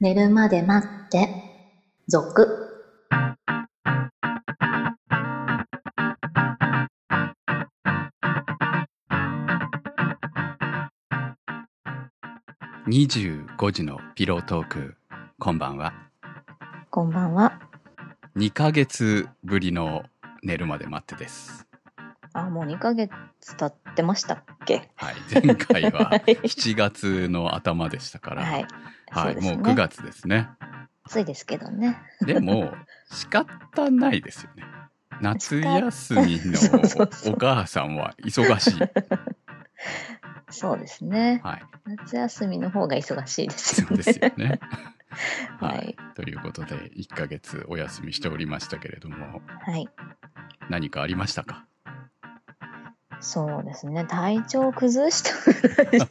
寝るまで待って、続。 25時のピロートークこんばんはこんばんは。 2ヶ月ぶりの寝るまで待ってですあ、もう2ヶ月経ってましたっけ はい前回ははい。 7月の頭でしたからはい。はそいうですねもう9月ですね暑いですけどね。でも仕方ないですよね夏休 みそうそうそのうお母さんは忙しいそうですね。はい夏休みの方が忙しいですそようね。ですよねははいい、ということで1ヶ月お休みしておりましたけれども はい。何かありましたかそうですね。体調崩した ぐらいです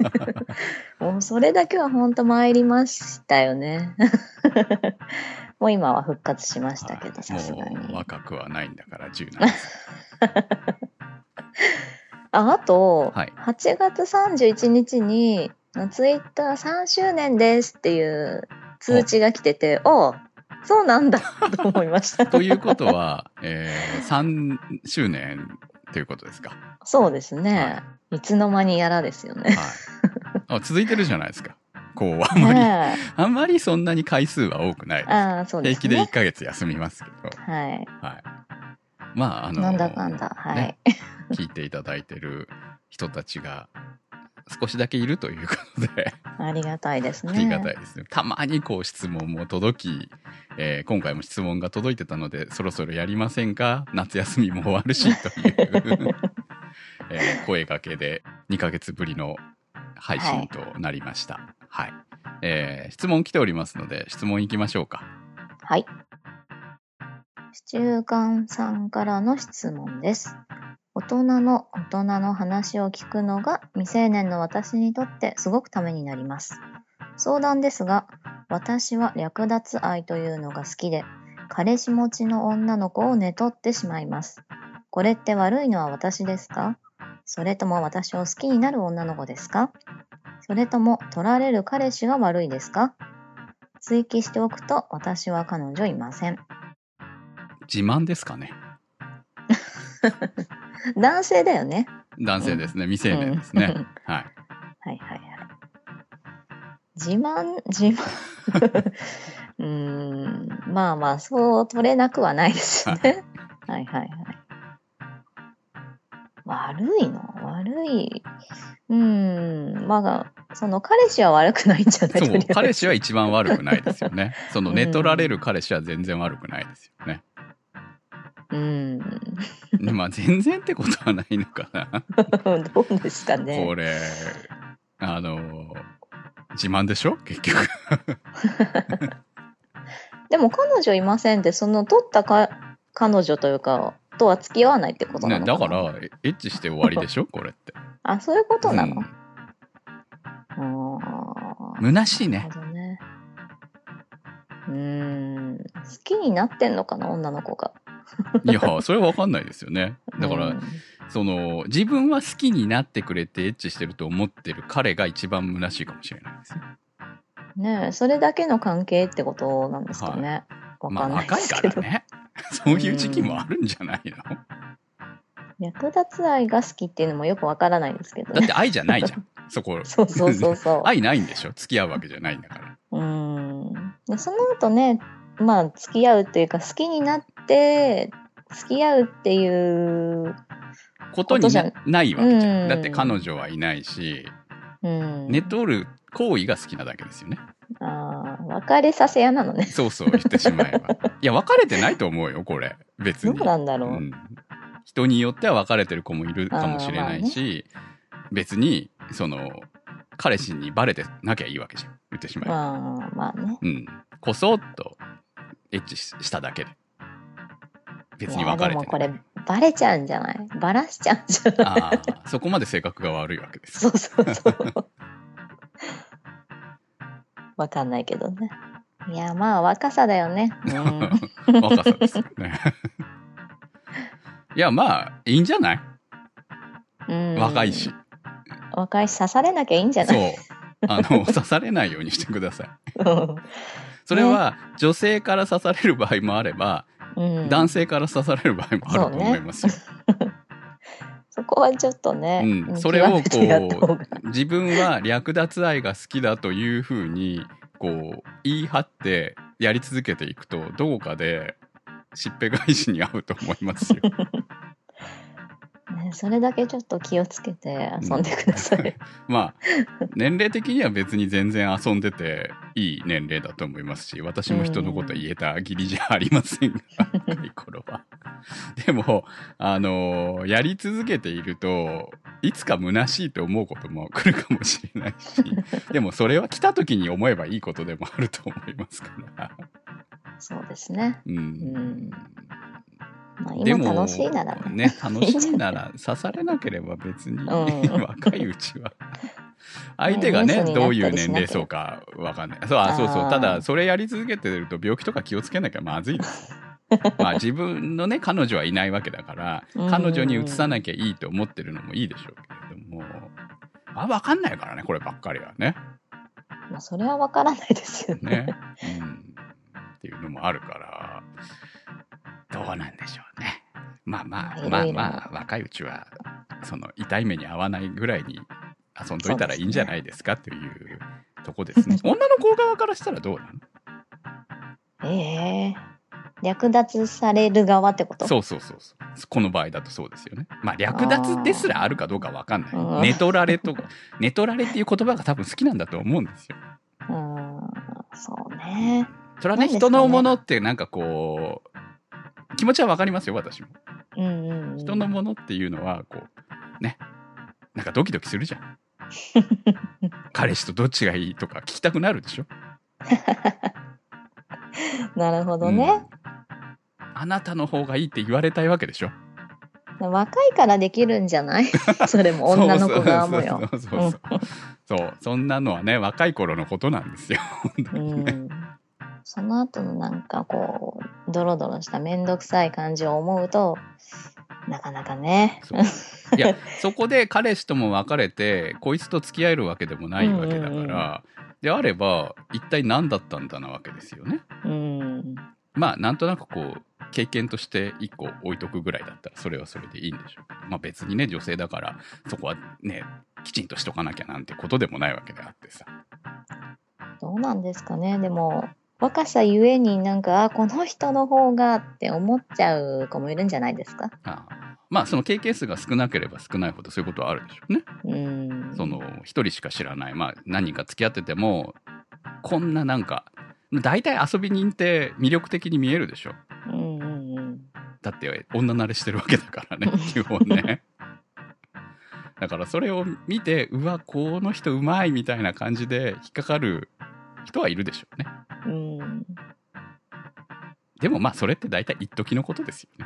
もうそれだけは本当参りましたよね。 もう今は復活しましたけはど、いさすがもうに。若くはないんだから17歳あ、あと、はい8月31日に、ツイッター3周年ですっていう通知が来てて、おうそうなんだ と思いました。 ということは、えー、3周年ということですか。はそうですね。いつの間にやらですよいね。、あ続いてるじゃないですか。こう、あん まり、ねえあんまりそんなに回数は多くないです。ああ、そうで平す気で1ね。ヶ月休みますけど、はい。はい。まあ、あの、なんだかんだ、はい。ね聞いていただいてる人たちが少しだけいるということで、ありがたいですあね。りがたいですね。たまにこう質問も届き、えー今回も質問が届いてたので、そろそろやりませんか夏休みも終わるし、という、 えー声がけで2ヶ月ぶりの配信となりました。はい。えー質問来ておりますので、質問行きましょうか。はい。シチューカンさんからの質問です。大人の大人の話を聞くのが未成年の私にとってすごくためになります。相談ですが、私は略奪愛というのが好きで、彼氏持ちの女の子を寝取ってしまいます。これって悪いのは私ですかそれとも私を好きになる女の子ですかそれとも取られる彼氏が悪いですか追記しておくと私は彼女いません自慢ですかね男性だよね男性ですね。未成年ですね。うん はい。はいはいはい自慢自慢 うーんまあまあそう取れなくはないですねはいはいはい悪いの悪いうーんまあその彼氏は悪くないんじゃないそうとりあえず、彼氏は一番悪くないですよ ね。そのうん寝取られる彼氏は全然悪くないですよね。うーん ねまあ全然ってことはないのかな。どうですかねこれあの自慢でしょ結局でも彼女いませんってその取ったか彼女というかとは付き合わないってことなねのだかなからえエッチして終わりでしょこれってあそういうことなの、うんあー虚しいなるねほどねうーん好きになってんのかな女の子がいやそれは分かんないですよねだから、うんその自分は好きになってくれてエッチしてると思ってる彼が一番虚しいかもしれないですねねえそれだけの関係ってことなんですかね、わまかあんないで若いすかけら ど、ねそういう時期もあるんじゃないの略奪愛が好きっていうのもよくわからないですけどだっねて愛じゃないじゃんそこそうそうそう そう愛ないんでしょ付き合うわけじゃないんだからうーんでその後ねまあ付き合うっていうか好きになって付き合うっていう、ことになことないわけじゃうんんだって彼女はいないしうん、寝取る行為が好きなだけですよね。あー別れさせ屋なのねそうそう言ってしま えば。いや、別れてないと思うよ、これ。別どうに。なんだろう、うん人によっては別れてる子もいるかもしれないし、別に、その、彼氏にバレてなきゃいいわけじゃん。言ってしまえば。まあまあねうん。こそっと、エッチししただけで。別いにや別でれもてこない。れバレちゃうんじゃないバラしちゃうんじ ゃないああ、そこまで性格が悪いわけですそ。うそうそうわかんないけどねいやまあ若さだよね、うん、 若さですよね。 いや、まあ、いいんじゃないうん 若いし。若いし刺されなきゃいいんじゃないそう。あの、 刺されないようにしてください。うんそれは、女性から刺される場合もあれば、 うん、男性から刺される場合もあると思いま すよ。そこはちょっとね、うん見それをこう極めてやった方が自分は略奪愛が好きだというふうに、こう、言い張ってやり続けていくと、どこかで、しっぺ返しに合うと思いますよ。ね、それだけちょっと気をつけて遊んでください。 まあ、年齢的には別に全然遊んでていい年齢だと思いますし、私も人のこと言えた義理じゃありませんが、若い頃は。 でも、あのやり続けていると、いつか虚しいと思うことも来るかもしれないし、でもそれは来た時に思えばいいことでもあると思いますから。そうですね。うん。んまあ、で今も楽しいならね。ね楽しいなら刺されなければ別に、ん 若いうちは相手がニュねースになったりどういう年齢層かわかんないそうあそうそあうーただそれやり続けてると病気とか気をつけなきゃまず いですまあ自分のね彼女はいないわけだからうん彼女に移さなきゃいいと思ってるのもいいでしょうけれどもあわかんないからねこればっかりはねまあ、それはわからないですよね。ね、うん、っていうのもあるからどうなんでしょうねまあまあいまろあいろまあ若いうちはその痛い目に遭わないぐらいに遊んどいたらいいんじゃないですかというとこですね女の子側からしたらどうな のええ略奪される側ってことそうそうそうそうこの場合だとそうですよねまあ略奪ですらあるかどうかわかんあなーい寝取られとか 寝取られっていう言葉が多分好きなんだと思うんですようーん、そうね。それはなんでねすか人ねのものってなんかこう気持ちはわかりますよ私もうんうんうん、人のものっていうのはこうねなんかドキドキするじゃ ん彼氏とどっちがいいとか聞きたくなるでしょ、なるほどうねん、あなたの方がいいって言われたいわけでしょ若いからできるんじゃない それも女の子側もよ。そうそうそうそうそうそうそんなのはね若い頃のことなんですようんその後のなんかこうドロドロした面倒くさい感じを思うとなかなかね そういやそこで彼氏とも別れてこいつと付き合えるわけでもないわけだから、うんうんうんであれば一体何だったんだなわけですよねうんまあなんとなくこう経験として一個置いとくぐらいだったらそれはそれでいいんでしょうけどまあ別にね女性だからそこはねきちんとしとかなきゃなんてことでもないわけであってさどうなんですかねでも若さゆえになんかあこの人の方がって思っちゃう子もいるんじゃないですかああまあその経験数が少なければ少ないほどそういうことはあるでしょうね。うんその一人しか知らないまあ何人か付き合っててもこんななんか大体遊び人って魅力的に見えるでしょうんうんうんだって女慣れしてるわけだからね基本ねだからそれを見てうわこの人うまいみたいな感じで引っかかる人はいるでしょうねうんでもまあそれって大体一時のことですよね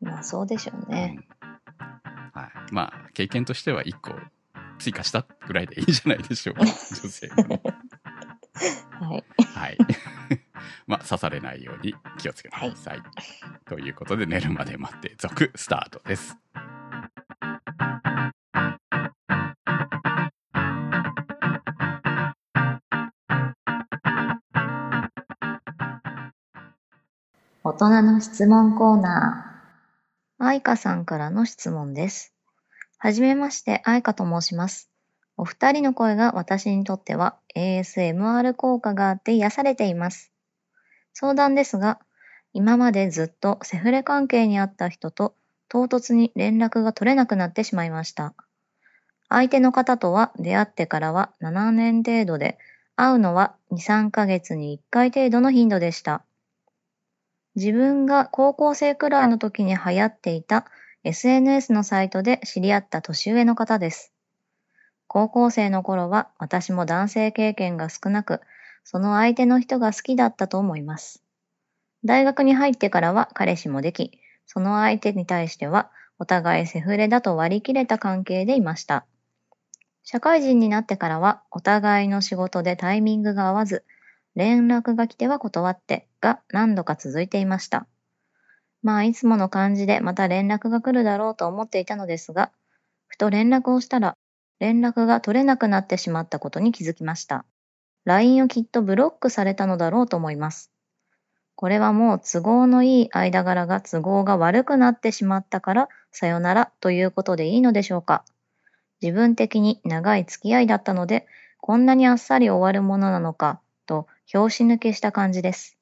まあそうでしょうね、うんはい、まあ経験としては一個追加したぐらいでいいんじゃないでしょうか女性もねはいはい まあ刺されないように気をつけてください、ということで寝るまで待って続スタートです大人の質問コーナー。愛花さんからの質問です。はじめまして、愛花と申します。お二人の声が私にとっては ASMR 効果があって癒されています。相談ですが、今までずっとセフレ関係にあった人と唐突に連絡が取れなくなってしまいました。相手の方とは出会ってからは7年程度で、会うのは2、3ヶ月に1回程度の頻度でした。自分が高校生くらいの時に流行っていた SNS のサイトで知り合った年上の方です。高校生の頃は私も男性経験が少なく、その相手の人が好きだったと思います。大学に入ってからは彼氏もでき、その相手に対してはお互いセフレだと割り切れた関係でいました。社会人になってからはお互いの仕事でタイミングが合わず、連絡が来ては断ってが何度か続いていました。まあいつもの感じでまた連絡が来るだろうと思っていたのですが、ふと連絡をしたら、連絡が取れなくなってしまったことに気づきました。LINE をきっとブロックされたのだろうと思います。これはもう都合のいい間柄が都合が悪くなってしまったからさよならということでいいのでしょうか。自分的に長い付き合いだったので、こんなにあっさり終わるものなのかと拍子抜けした感じです。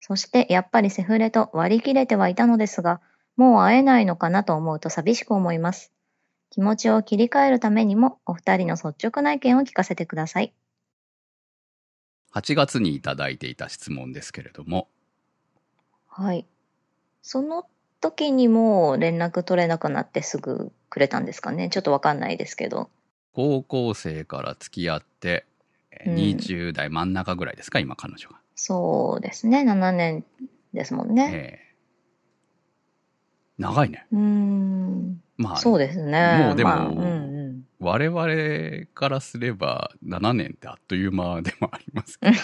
そしてやっぱりセフレと割り切れてはいたのですが、もう会えないのかなと思うと寂しく思います。気持ちを切り替えるためにもお二人の率直な意見を聞かせてください。 8月にいただいていた質問ですけれども、はい。その時にもう連絡取れなくなってすぐくれたんですかね。ちょっとわかんないですけど。高校生から付き合って、えーうん20代真ん中ぐらいですか、今彼女が。そうですね。7年ですもんね。ええ長いね。うーん。まあ、そうですね。もうでもまあ、うんうん。我々からすれば7年ってあっという間でもあります けど。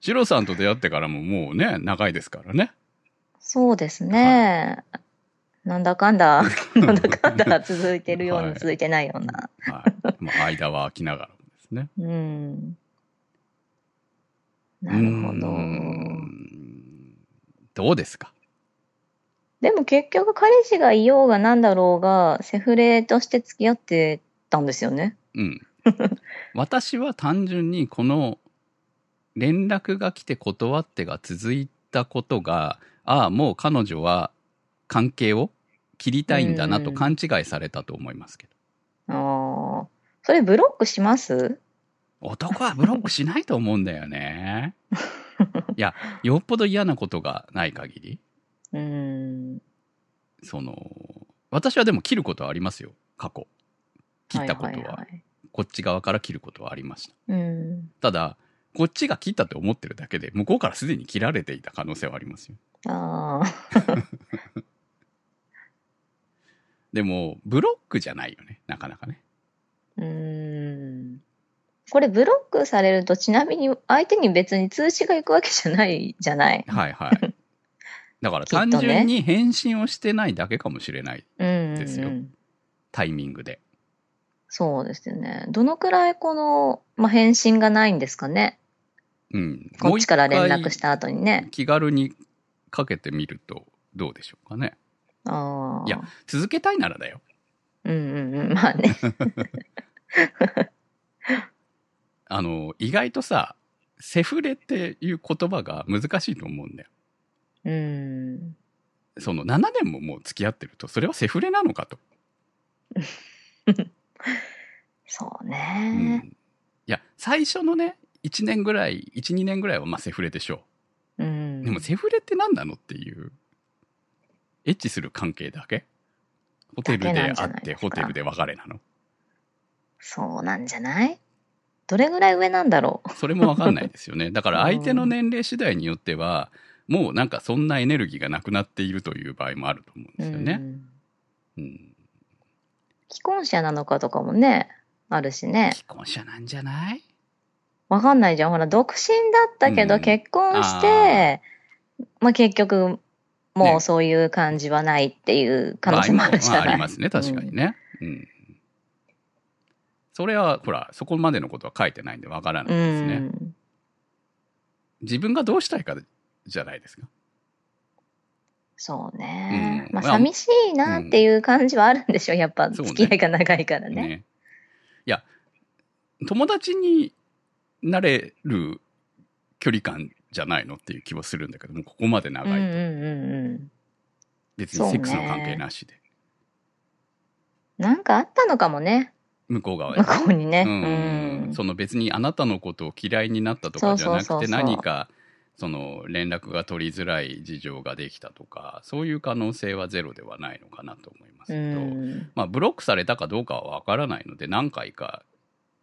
シロさんと出会ってからももうね、長いですからね。そうですね。なんだかんだ、 なんだかんだ続いてるようはいに続いてないような。はい。まあ、間は空きながらもですね。うん。 なるほうーど。んどうですかでも結局彼氏がいようがなんだろうが、セフレとして付き合ってたんですよね。 うん。私は単純にこの連絡が来て断ってが続いたことが、ああ、もう彼女は関係を切りたいんだなとうん勘違いされたと思いますけど。ああ。それブロックします男はブロックしないと思うんだよね。 いや、よっぽど嫌なことがない限り、うん。その、私はでも切ることはありますよ、過去。切ったことは。いはいいこっち側から切ることはありました。うん。ただ、こっちが切ったと思ってるだけで、向こうからすでに切られていた可能性はありますよ。ああ。でも、ブロックじゃないよね、なかなかね。うん。これブロックされると、ちなみに相手に別に通知が行くわけじゃないじゃない。はいはい。 だからきっと単ね純に返信をしてないだけかもしれない、うんうんうんですよタイミングで。そうですよね。どのくらいこの、まあ、返信がないんですかね。うん。こっちから連もう一絡回した後にね。気軽にかけてみるとどうでしょうかねああ。いや続けたいならだようんうんうん。まあね。あの意外とさセフレっていう言葉が難しいと思うんだようん。その7年ももう付き合ってるとそれはセフレなのかと、そううんね。いや最初のね1年ぐらい12年ぐらいはまあセフレでしょうん。うでもセフレって何なのっていうエッチする関係だけホテルだけなでんじ会ゃっないてですかホテルで別れなのそうなんじゃないどれぐらい上なんだろう。それもわかんないですよね。だから相手のうん年齢次第によっては、もうなんかそんなエネルギーがなくなっているという場合もあると思うんですようね。んうん。既婚者なのかとかもね、あるしね。既婚者なんじゃないわかんないじゃん。ほら、独身だったけうんど結婚して、まあ結局、もねうそういう感じはないっていう可能性もあるじ場合ゃまああなりまい。すね、確かにね。うん。それは、ほら、そこまでのことは書いてないんでわからないうですね。ん。自分がどうしたいかじゃないですか。そうねう。んまあまあ寂しいなっていう感じはあるんでしょ。やっぱそうね付き合いが長いからね。ね。いや、友達になれる距離感じゃないのっていう気はするんだけども、ここまでう長んいと。うんうんうん。別にセックスの関係なしで、なんかあったのかもね。向こう側で向こうにね。ううんん。その別にあなたのことを嫌いになったとかじゃなそくうそてうそうそう何かその連絡が取りづらい事情ができたとかそういう可能性はゼロではないのかなと思いますうけど、ん。まあ、ブロックされたかどうかは分からないので何回か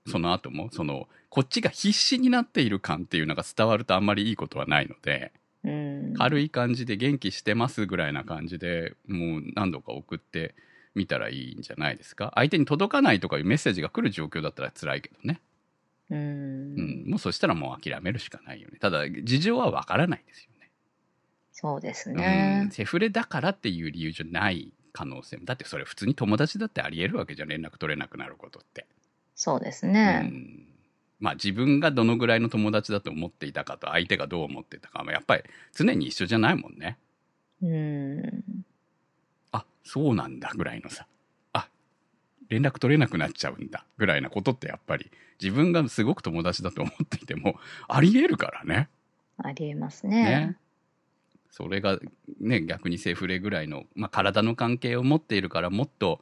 その後もそのこっちが必死になっている感っていうのが伝わるとあんまりいいことはないので、うん。軽い感じで元気してますぐらいな感じでもう何度か送ってみたらいいんじゃないですか相手に届かないとかいうメッセージが来る状況だったら辛いけどね、ううんん、もうそしたらもう諦めるしかないよねただ事情はわからないですよねそうですうんね。セフレだからっていう理由じゃない可能性もだってそれ普通に友達だってありえるわけじゃん連絡取れなくなることって、そうですうね。んまあ自分がどのぐらいの友達だと思っていたかと相手がどう思ってたかもやっぱり常に一緒じゃないもんねうん。あそうなんだぐらいのさあ連絡取れなくなっちゃうんだぐらいなことってやっぱり自分がすごく友達だと思っていてもありえるからねありえますねね。。それがね逆にセフレぐらいの、まあ、体の関係を持っているからもっと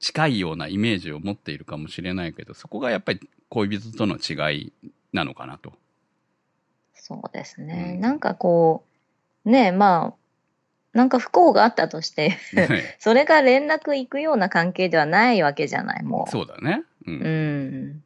近いようなイメージを持っているかもしれないけどそこがやっぱり恋人との違いなのかな と。そうですね。うんなんかこう、ねえ、まあ、なんか不幸があったとして、 ねそれが連絡行くような関係ではないわけじゃない、もう。そうだね。うんうん。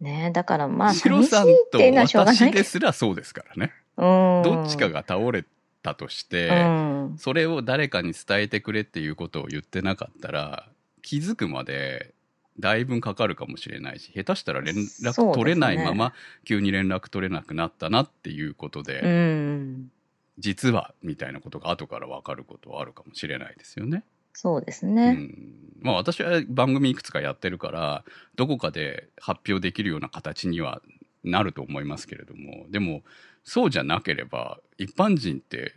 ねえ、だからまあ、シロ寂しいっさんとていうのはしょうがない私けですらそうですからね。ど。うん。どっちかが倒れたとして、うん。それを誰かに伝えてくれっていうことを言ってなかったら気づくまでだいぶんかかるかもしれないし下手したら連そうです絡ね取れないまま、急に連絡取れなくなったなっていうことで、うん。実はみたいなことが後から分かることはあるかもしれないですよね。そうですうね。んまあ、私は番組いくつかやってるからどこかで発表できるような形にはなると思いますけれどもでもそうじゃなければ一般人って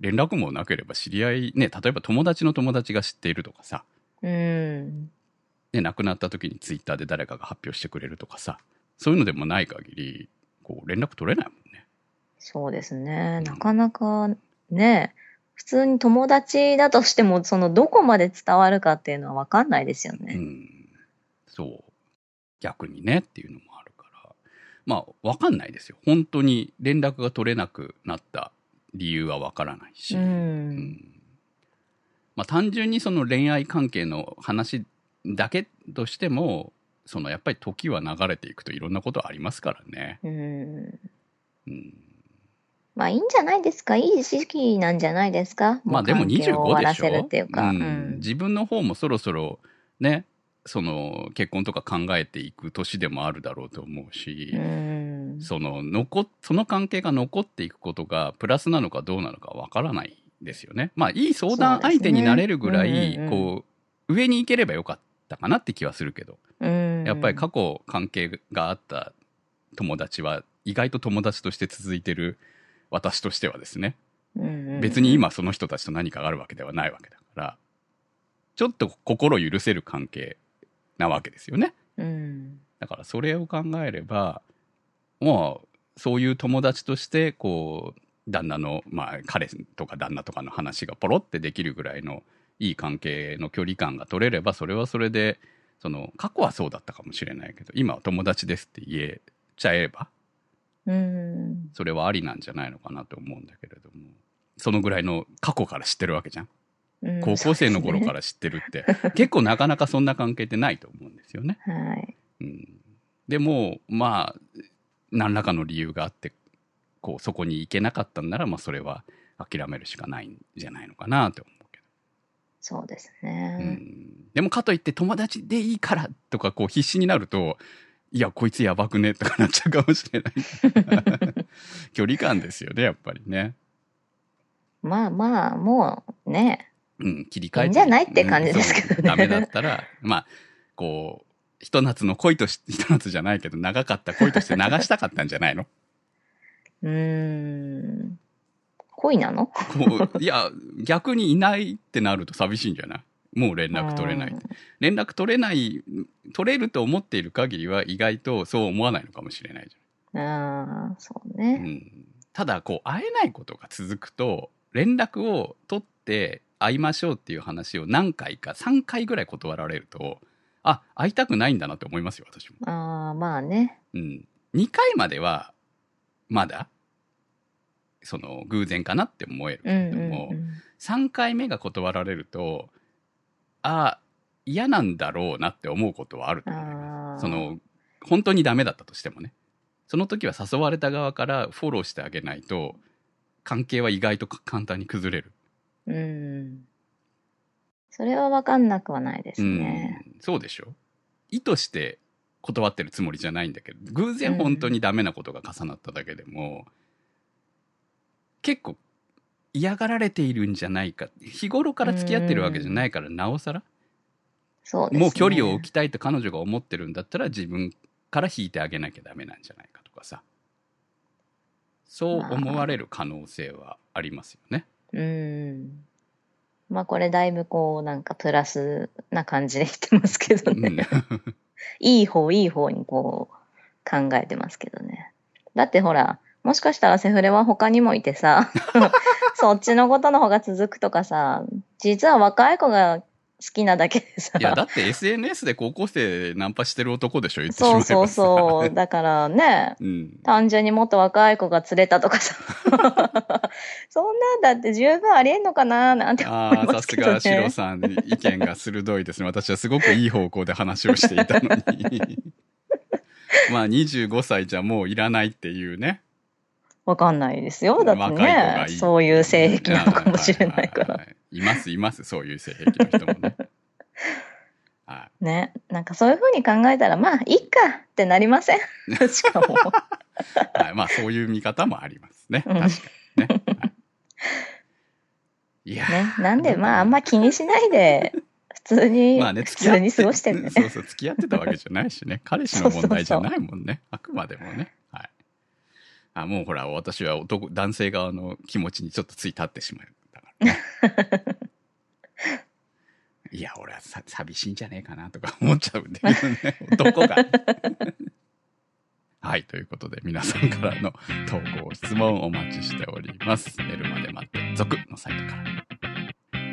連絡もなければ知り合いね例えば友達の友達が知っているとかさ、うん。ね、亡くなった時にツイッターで誰かが発表してくれるとかさそういうのでもない限りこう連絡取れないもんね。そうですうね。んなかなかね、普通に友達だとしても、そのどこまで伝わるかっていうのは分かんないですようね。ん、そう逆にねっていうのもあるからまあわかんないですよ本当に連絡が取れなくなった理由はわからないし、ううん。んまあ、単純にその恋愛関係の話だけとしてもそのやっぱり時は流れていくといろんなことありますからね。うん。うんまあいいんじゃないですか。いい時期なんじゃないですか。まあでも関係を終25わでらしょせるっていうか。ううんん。自分の方もそろそろねその結婚とか考えていく年でもあるだろうと思うし、うん。その残っその関係が残っていくことがプラスなのかどうなのかわからないですよね。まあいい相談相手になれるぐらそうでい、すねうんうんうんこう上に行ければよかったかなって気はするけどうんやっぱり過去関係があった友達は意外と友達として続いてる私としてはですね別に。今その人たちと何かがあるわけではないわけだからちょっと心許せる関係なわけですよね。うんうん。だからそれを考えればもうそういう友達としてこう旦那のまあ彼とか旦那とかの話がポロってできるぐらいのいい関係の距離感が取れればそれはそれでその過去はそうだったかもしれないけど今は友達ですって言えちゃえばうん。それはありなんじゃないのかなと思うんだけれどもそのぐらいの過去から知ってるわけじゃんうん。高校生の頃からら知ってるって、結構なかなかそんな関係ってないと思うんですよね。はい。うんでもまあ何らかの理由があってこうそこに行けなかったんなら、まあ、それは諦めるしかないんじゃないのかなと思うけそうですど、うね。んでもかといって友達でいいからとかこう必死になるといやこいつやばくねとかなっちゃうかもしれない 距離感ですよねやっぱりね、まあまあ、もうね。うん、切り替えいいんじゃないって感じですけどねうんそうダメだったらまあこうひと夏の恋としひと夏じゃないけど長かった恋として流したかったんじゃないのうん。恋なのこう、いや、逆にいないってなると寂しいんじゃないもう連絡取れない。連絡取れない、取れると思っている限りは意外とそう思わないのかもしれないじうん。ああ、そうゃん。うね。ん、ただ、こう、会えないことが続くと、連絡を取って会いましょうっていう話を何回か、3回ぐらい断られると、あ、会いたくないんだなって思いますよ、私も。ああ、まあね。うん。2回までは、まだ、その、偶然かなって思えるけうんれうども、んうん。 3回目が断られるとああ嫌なんだろうなって思うことはあると思いあまーすその本当にダメだったとしてもねその時は誘われた側からフォローしてあげないと関係は意外とか簡単に崩れる、うん。それは分かんなくはないですね。うんそうでしょ意図して断ってるつもりじゃないんだけど偶然本当にダメなことが重なっただけでも、結構嫌がられているんじゃないか日頃から付き合ってるわけじゃないからなおさらそうですね。もう距離を置きたいと彼女が思ってるんだったら自分から引いてあげなきゃダメなんじゃないかとかさそう思われる可能性はありますよね。うん。まあこれだいぶこうなんかプラスな感じで言ってますけどうね。んいい方いい方にこう考えてますけどね。だってほら、もしかしたらセフレは他にもいてさ、 そっちのことの方が続くとかさ、実は若い子が好きなだけでさい、やだって SNS で高校生ナンパしてる男でしょ言ってしまえそうばそうそう。う、だからね、 うん、単純にもっと若い子が釣れたと かさ、そんなんだって十分ありえんのかななんて思あいあまさすすけどがね。シロさん意見が鋭いですね私はすごくいい方向で話をしていたのに まあ25歳じゃもういらないっていうねわかんないですよ。だって若い子ねが、いいそういう性癖なのかもしれないかはら。いはいはいはいいますいますそういう性癖の人も ねはいね、なんかそういうふうに考えたら、まあ、いいかってなりま せんしかも。はい、まあそういう見方もありますね。うん確かにね。はい、いや、ね、なんで、まあ、あんま気にしないで、普通に、まあね、普付き合っ通てに過ごしてね。そうそう、付き合ってたわけじゃないし ね。彼氏の問題じゃないもんね。あくまでもね。はい。あ、もうほら、私は男、男性側の気持ちにちょっとつい立ってしまう。だからね。 いや、俺はさ寂しいんじゃねえかなとか思っちゃうんだけどね。 男が。はい。ということで、皆さんからの投稿、質問お待ちしております。寝るまで待って、続のサイトから。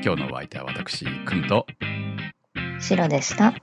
今日のお相手は私、くんと、白でした。